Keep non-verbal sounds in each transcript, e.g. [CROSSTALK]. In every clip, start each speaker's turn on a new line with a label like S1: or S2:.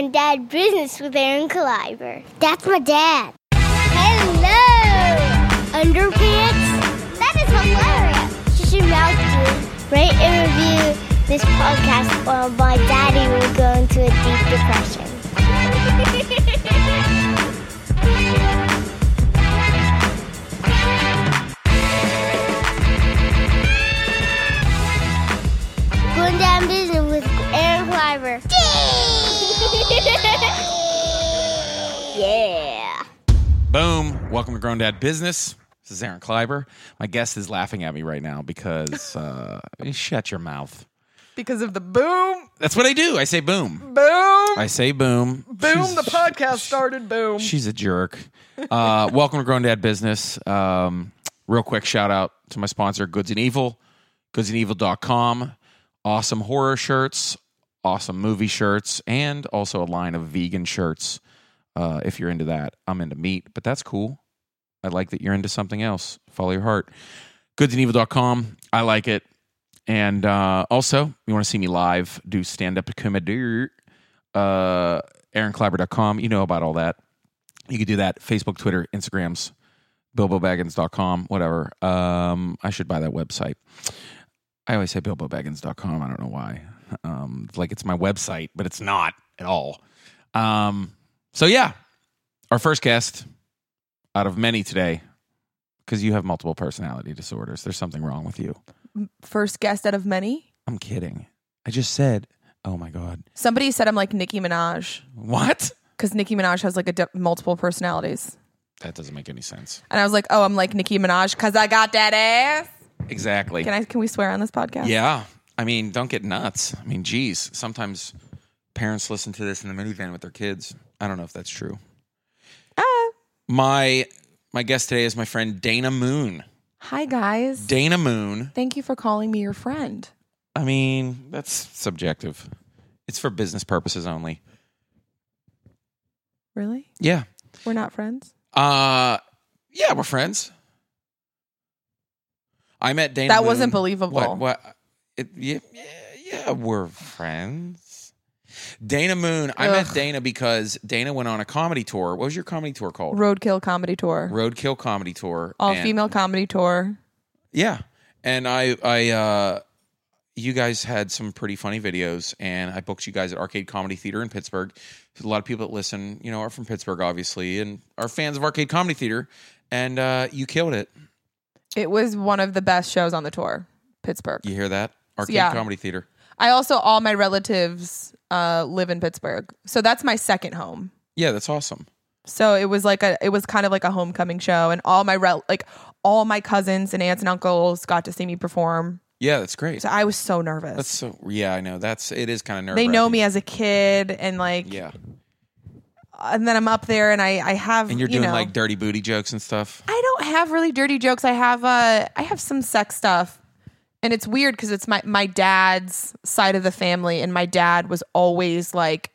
S1: Granddad Business with Aaron Caliber. That's my dad. Hello! Underpants? That is hilarious. You should mouth you. Rate and review this podcast or my daddy will go into a deep depression. Going down business with Aaron Clyber. [LAUGHS] yeah.
S2: Boom. Welcome to Grown Dad Business. This is Aaron Kleiber. My guest is laughing at me right now because
S3: [LAUGHS]
S2: uh, shut your mouth.
S3: because of the boom,
S2: That's what I do. I say boom.
S3: boom,
S2: I say boom.
S3: boom.
S2: [LAUGHS] She's-
S3: the podcast started. Boom.
S2: She's a jerk. Uh, [LAUGHS] welcome to Grown Dad Business. Um, real quick shout out to my sponsor, Goods and Evil, goodsandevil.com. Awesome horror shirts, awesome movie shirts, and also a line of vegan shirts uh, if you're into that. I'm into meat, but that's cool. I like that you're into something else. Follow your heart. Goodsandevil.com. I like it. And uh, also, you want to see me live, do stand up comedy. Uh, AaronClaber.com. You know about all that you could do that facebook twitter instagrams bilbobaggins.com whatever um, i should buy that website i always say bilbobaggins.com i don't know why um, like it's my website but it's not at all um, so yeah our first guest out of many today because you have multiple personality disorders there's something wrong with you
S3: First guest out of many.
S2: i'm kidding i just said oh my god
S3: Somebody said I'm like Nicki Minaj
S2: what
S3: because Nicki Minaj has like a de- multiple personalities,
S2: that doesn't make any sense
S3: and I was like, oh, I'm like Nicki Minaj because I got that ass.
S2: exactly
S3: Can I? Can we swear on this podcast?
S2: Yeah. I mean, don't get nuts. I mean, geez, sometimes parents listen to this in the minivan with their kids. I don't know if that's true.
S3: Ah.
S2: My my guest today is my friend Dana Moon.
S3: Hi guys.
S2: Dana Moon.
S3: Thank you for calling me your friend.
S2: I mean, that's subjective. It's for business purposes only.
S3: Really?
S2: Yeah.
S3: We're not friends.
S2: Uh yeah, we're friends. I met Dana
S3: That
S2: Moon-
S3: wasn't believable.
S2: What, what it, yeah, yeah, yeah, we're friends. Dana Moon. I met
S3: Ugh.
S2: Dana because Dana went on a comedy tour. What was your comedy tour called?
S3: Roadkill comedy tour.
S2: Roadkill comedy tour.
S3: All
S2: And-
S3: female comedy tour.
S2: Yeah, and I, I, uh, you guys had some pretty funny videos, and I booked you guys at Arcade Comedy Theater in Pittsburgh. A lot of people that listen, you know, are from Pittsburgh, obviously, and are fans of Arcade Comedy Theater. And uh, you killed it.
S3: It was one of the best shows on the tour. Pittsburgh.
S2: You hear that? Arcade
S3: Yeah.
S2: Comedy Theater.
S3: I also all my relatives uh, live in Pittsburgh, so that's my second home.
S2: Yeah, that's awesome.
S3: So it was like a it was kind of like a homecoming show, and all my rel- like all my cousins and aunts and uncles got to see me perform.
S2: Yeah, that's great.
S3: So I was so nervous.
S2: That's so yeah, I know. That's it is kind of nerve.
S3: they know me as a kid, and like,
S2: Yeah,
S3: and then I'm up there, and I I have
S2: and you're
S3: you
S2: doing
S3: know,
S2: like dirty booty jokes and stuff.
S3: I don't have really dirty jokes. I have uh I have some sex stuff. And it's weird because it's my my dad's side of the family and my dad was always like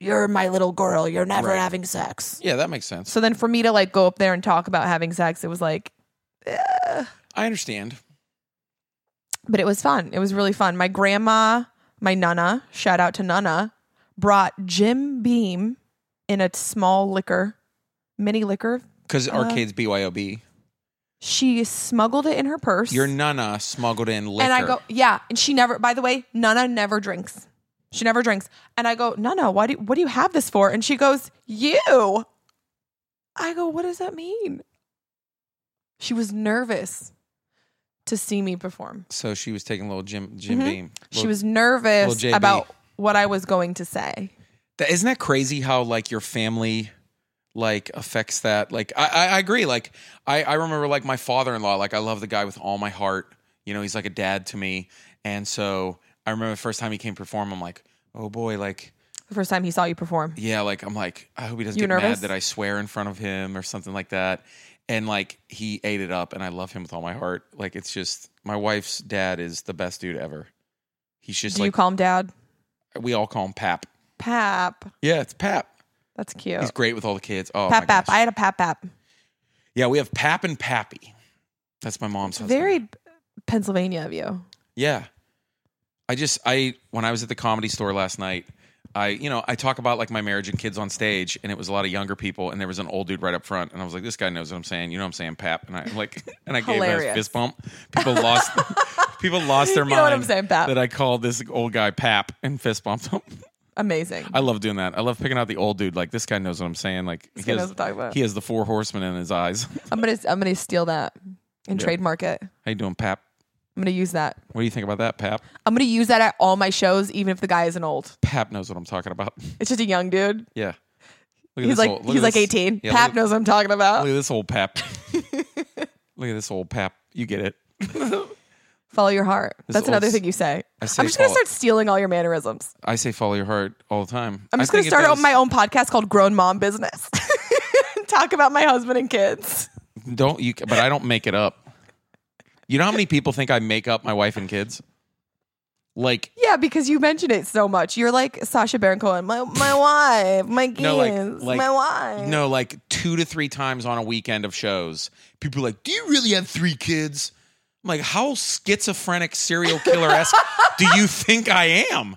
S3: you're my little girl, you're never
S2: Right.
S3: having sex.
S2: Yeah, that makes sense.
S3: So then for me to like go up there and talk about having sex, it was like
S2: I understand.
S3: but it was fun. It was really fun. My grandma, my nana, shout out to nana, brought Jim Beam in a small liquor, mini liquor.
S2: Because
S3: Uh-huh.
S2: arcades BYOB,
S3: She smuggled it in her purse.
S2: your nana smuggled in liquor.
S3: And I go, yeah. And she never, by the way, Nana never drinks. She never drinks. And I go, Nana, why do, what do you have this for? And she goes, you. I go, what does that mean? She was nervous to see me perform.
S2: So she was taking a little Jim Jim Beam.
S3: Mm-hmm. she
S2: Little-
S3: was nervous
S2: little JB.
S3: about what I was going to say.
S2: That, isn't that crazy? How like your family like affects that? Like I I, I agree. Like I I remember like my father in law. Like I love the guy with all my heart. You know, he's like a dad to me. And so I remember the first time he came perform. I'm like, oh boy, like
S3: The first time he saw you perform.
S2: Yeah, like I'm like, I hope he doesn't
S3: You
S2: get mad
S3: nervous?
S2: that I swear in front of him or something like that. And like he ate it up, and I love him with all my heart. Like it's just my wife's dad is the best dude ever. He's just
S3: do you
S2: like
S3: call him dad?
S2: we all call him Pap.
S3: Pap.
S2: Yeah, it's Pap.
S3: That's cute.
S2: He's great with all the kids. Oh, my
S3: pap, pap.
S2: gosh.
S3: I had a pap, pap.
S2: yeah, we have Pap and Pappy. That's my mom's husband.
S3: Very Pennsylvania of you.
S2: Yeah. I just I when I was at the comedy store last night, I, you know, I talk about like my marriage and kids on stage, and it was a lot of younger people, and there was an old dude right up front, and I was like, this guy knows what I'm saying. You know what I'm saying, Pap? And I like, [LAUGHS] and I gave him a
S3: Hilarious.
S2: fist bump. People
S3: [LAUGHS]
S2: lost, people lost their
S3: You
S2: mind.
S3: know what I'm saying, Pap.
S2: That I called this old guy Pap and fist bumped him.
S3: Amazing.
S2: I love doing that. I love picking out the old dude. Like this guy knows what I'm saying. Like
S3: guy knows what I'm talking about.
S2: he has the four horsemen in his eyes. [LAUGHS]
S3: I'm gonna I'm gonna steal that and trademark it. I'm
S2: How you doing, Pap?
S3: gonna use that.
S2: What do you think about that, Pap?
S3: I'm gonna use that at all my shows, even if the guy isn't old.
S2: Pap knows what I'm talking about. [LAUGHS]
S3: It's just a young dude.
S2: Yeah. Look at
S3: He's
S2: this
S3: like
S2: old- look at
S3: he's like
S2: this-
S3: 18.
S2: Yeah,
S3: Pap
S2: look,
S3: knows what I'm talking about.
S2: look at this old
S3: [LAUGHS]
S2: Pap. look at this old Pap. You get it.
S3: [LAUGHS] Follow your heart. That's
S2: old
S3: another
S2: s-
S3: thing you say.
S2: I say
S3: I'm just gonna
S2: follow-
S3: start stealing all your mannerisms.
S2: I say follow your heart all the time.
S3: I'm just gonna start out my own podcast called Grown Mom Business. [LAUGHS] Talk about my husband and kids.
S2: Don't you? But I don't make it up. You know how many people think I make up my wife and kids? Like
S3: Yeah, because you mention it so much. You're like Sasha Baron Cohen. My my wife, my kids,
S2: No, like- like-
S3: my wife.
S2: no, like two to three times on a weekend of shows. People are like, "Do you really have three kids?" I'm like, "How schizophrenic serial killer esque do
S3: [LAUGHS]
S2: you think I am?"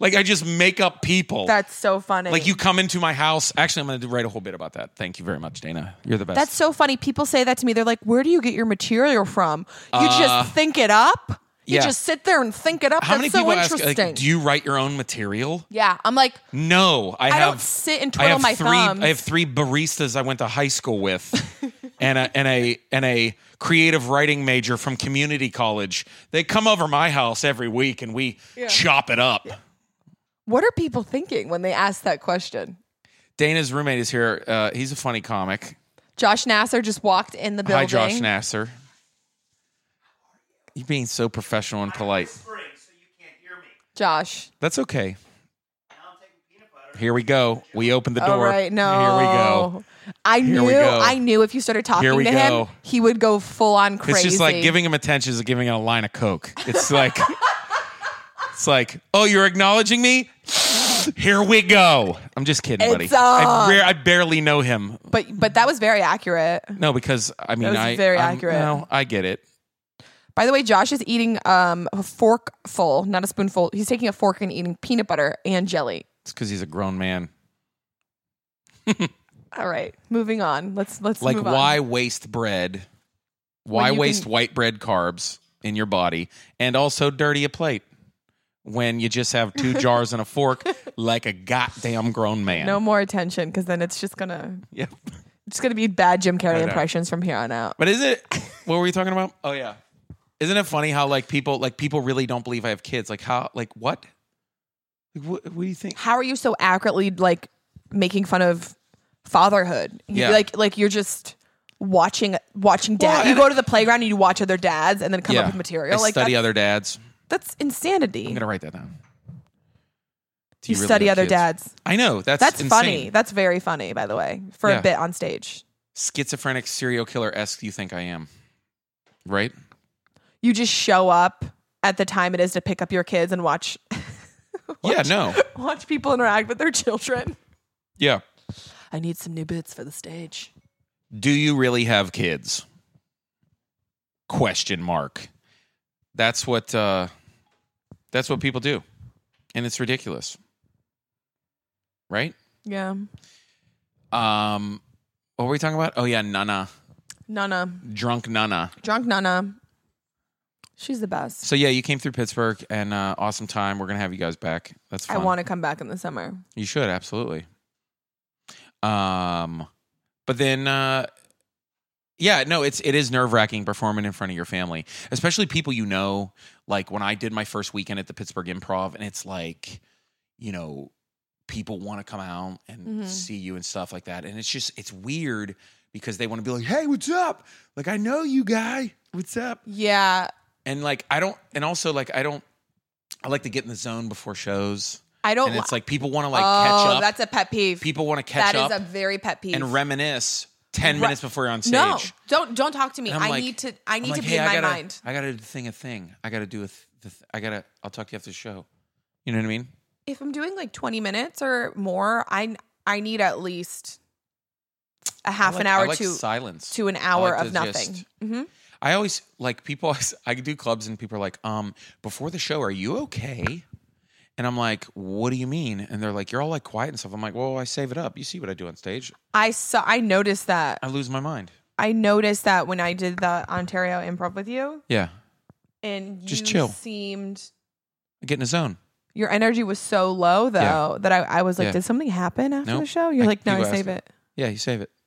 S2: Like I just make up people.
S3: That's so funny.
S2: Like you come into my house. Actually, I'm going to write a whole bit about that. Thank you very much, Dana. You're the best.
S3: That's so funny. People say that to me. They're like, "Where do you get your material from? You
S2: Uh,
S3: just think it up. You
S2: yeah.
S3: just sit there and think it up.
S2: How
S3: That's
S2: many
S3: so
S2: people ask,
S3: interesting."
S2: like, do you write your own material?
S3: yeah, I'm like,
S2: No, I,
S3: I
S2: have.
S3: don't sit and
S2: I
S3: twiddle
S2: have
S3: my
S2: three.
S3: thumbs.
S2: I have three baristas I went to high school with, [LAUGHS] and a, and a and a creative writing major from community college. They come over my house every week, and we chop it up.
S3: what are people thinking when they ask that question?
S2: Dana's roommate is here. Uh, he's a funny comic.
S3: Josh Nasser just walked in the building.
S2: Hi, Josh Nasser. You being so professional and polite.
S4: whispering so you can't hear me.
S3: Josh.
S2: That's
S4: Now
S2: okay.
S4: I'm taking peanut butter.
S2: Here we go. We opened the door.
S3: All right, no.
S2: Here we go.
S3: I
S2: Here
S3: knew.
S2: we go.
S3: I knew if you started talking
S2: Here we
S3: to
S2: go.
S3: him, he would go full on crazy.
S2: It's just like giving him attention is giving him a line of coke. It's like [LAUGHS] it's like, oh, you're acknowledging me? Here we go. I'm just kidding, buddy.
S3: It's
S2: I,
S3: on.
S2: bar- I barely know him.
S3: But but that was very accurate.
S2: No, because I mean,
S3: was
S2: I
S3: very
S2: I'm-
S3: accurate.
S2: No, I get it.
S3: By the way, Josh is eating um, a forkful, not a spoonful. He's taking a fork and eating peanut butter and jelly.
S2: It's because he's a grown man.
S3: All right, moving on. Let's let's
S2: Like,
S3: move on.
S2: why waste bread? Why
S3: you can-
S2: waste white bread carbs in your body and also dirty a plate when you just have
S3: [LAUGHS]
S2: two jars and a fork like a goddamn grown man?
S3: No more attention, because then it's just gonna
S2: Yep.
S3: it's gonna be bad Jim Carrey
S2: know.
S3: impressions from here on out.
S2: But is it? What were we talking about? Oh yeah. Isn't it funny how like people like people really don't believe I have kids? Like how like what? Like, what, what do you think?
S3: How are you so accurately like making fun of fatherhood? You-
S2: Yeah.
S3: like like you're just watching watching dad.
S2: Well,
S3: you
S2: and-
S3: go to the playground and you watch other dads, and then come up with material.
S2: I
S3: like
S2: study
S3: that-
S2: other dads.
S3: that's insanity.
S2: I'm gonna write that down. Do
S3: you
S2: really
S3: study
S2: have
S3: other
S2: kids?
S3: dads.
S2: I know that's
S3: That's
S2: insane.
S3: funny. That's very funny, by the way, for
S2: Yeah.
S3: a bit on stage.
S2: Schizophrenic serial killer esque. You think I am? Right?
S3: you just show up at the time it is to pick up your kids and watch [LAUGHS]
S2: Yeah. No.
S3: watch people interact with their children.
S2: Yeah.
S3: I need some new bits for the stage.
S2: Do you really have kids? Question mark. That's what uh that's what people do. And it's ridiculous. Right?
S3: Yeah.
S2: Um what were we talking about? Oh yeah, Nana.
S3: Nana.
S2: Drunk Nana.
S3: Drunk Nana. She's the best.
S2: So yeah, you came through Pittsburgh and uh awesome time. We're going to have you guys back. That's fun.
S3: I want to come back in the summer.
S2: You should absolutely. Um, but then, uh, yeah, no, it's it is nerve wracking performing in front of your family, especially people you know. Like when I did my first weekend at the Pittsburgh Improv, and it's like, you know, people want to come out and
S3: Mhm.
S2: see you and stuff like that, and it's just it's weird because they want to be like, hey, what's up? Like I know you guy, what's up?
S3: Yeah.
S2: And like I don't, and also like I don't, I like to get in the zone before shows,
S3: I don't
S2: and it's
S3: li-
S2: like people want to like
S3: oh,
S2: catch up
S3: that's a pet peeve.
S2: people want to catch
S3: That is
S2: up
S3: a very pet peeve.
S2: and reminisce 10
S3: Right.
S2: minutes before you're on stage.
S3: No, don't don't talk to me.
S2: And I'm
S3: I
S2: like-
S3: need to I
S2: I'm
S3: need
S2: like,
S3: to be
S2: "Hey,
S3: in
S2: I
S3: my
S2: gotta-
S3: mind.
S2: I got to thing a thing. I got to do a th- the th- I got to I'll talk to you after the show. You know what I mean?
S3: If I'm doing like 20 minutes or more, I I need at least a half
S2: I like-
S3: an hour
S2: I like
S3: to
S2: silence.
S3: to an
S2: I
S3: hour
S2: like
S3: of
S2: to just-
S3: nothing. hmm
S2: I always [LAUGHS] like people I do clubs and people are like, "Um, before the show, are you okay?" And I'm like, what do you mean? And they're like, you're all like quiet and stuff. I'm like, well, I save it up. You see what I do on stage.
S3: I saw. I noticed that.
S2: I lose my mind.
S3: I noticed that when I did the Ontario improv with you,
S2: Yeah.
S3: and you
S2: Just chill.
S3: seemed
S2: I get in a zone.
S3: your energy was so low though
S2: Yeah.
S3: that I, I was like,
S2: Yeah.
S3: did something happen after
S2: Nope.
S3: the show? You're
S2: I-
S3: like, no,
S2: you
S3: I
S2: asked
S3: save
S2: it.
S3: it.
S2: Yeah, you save it.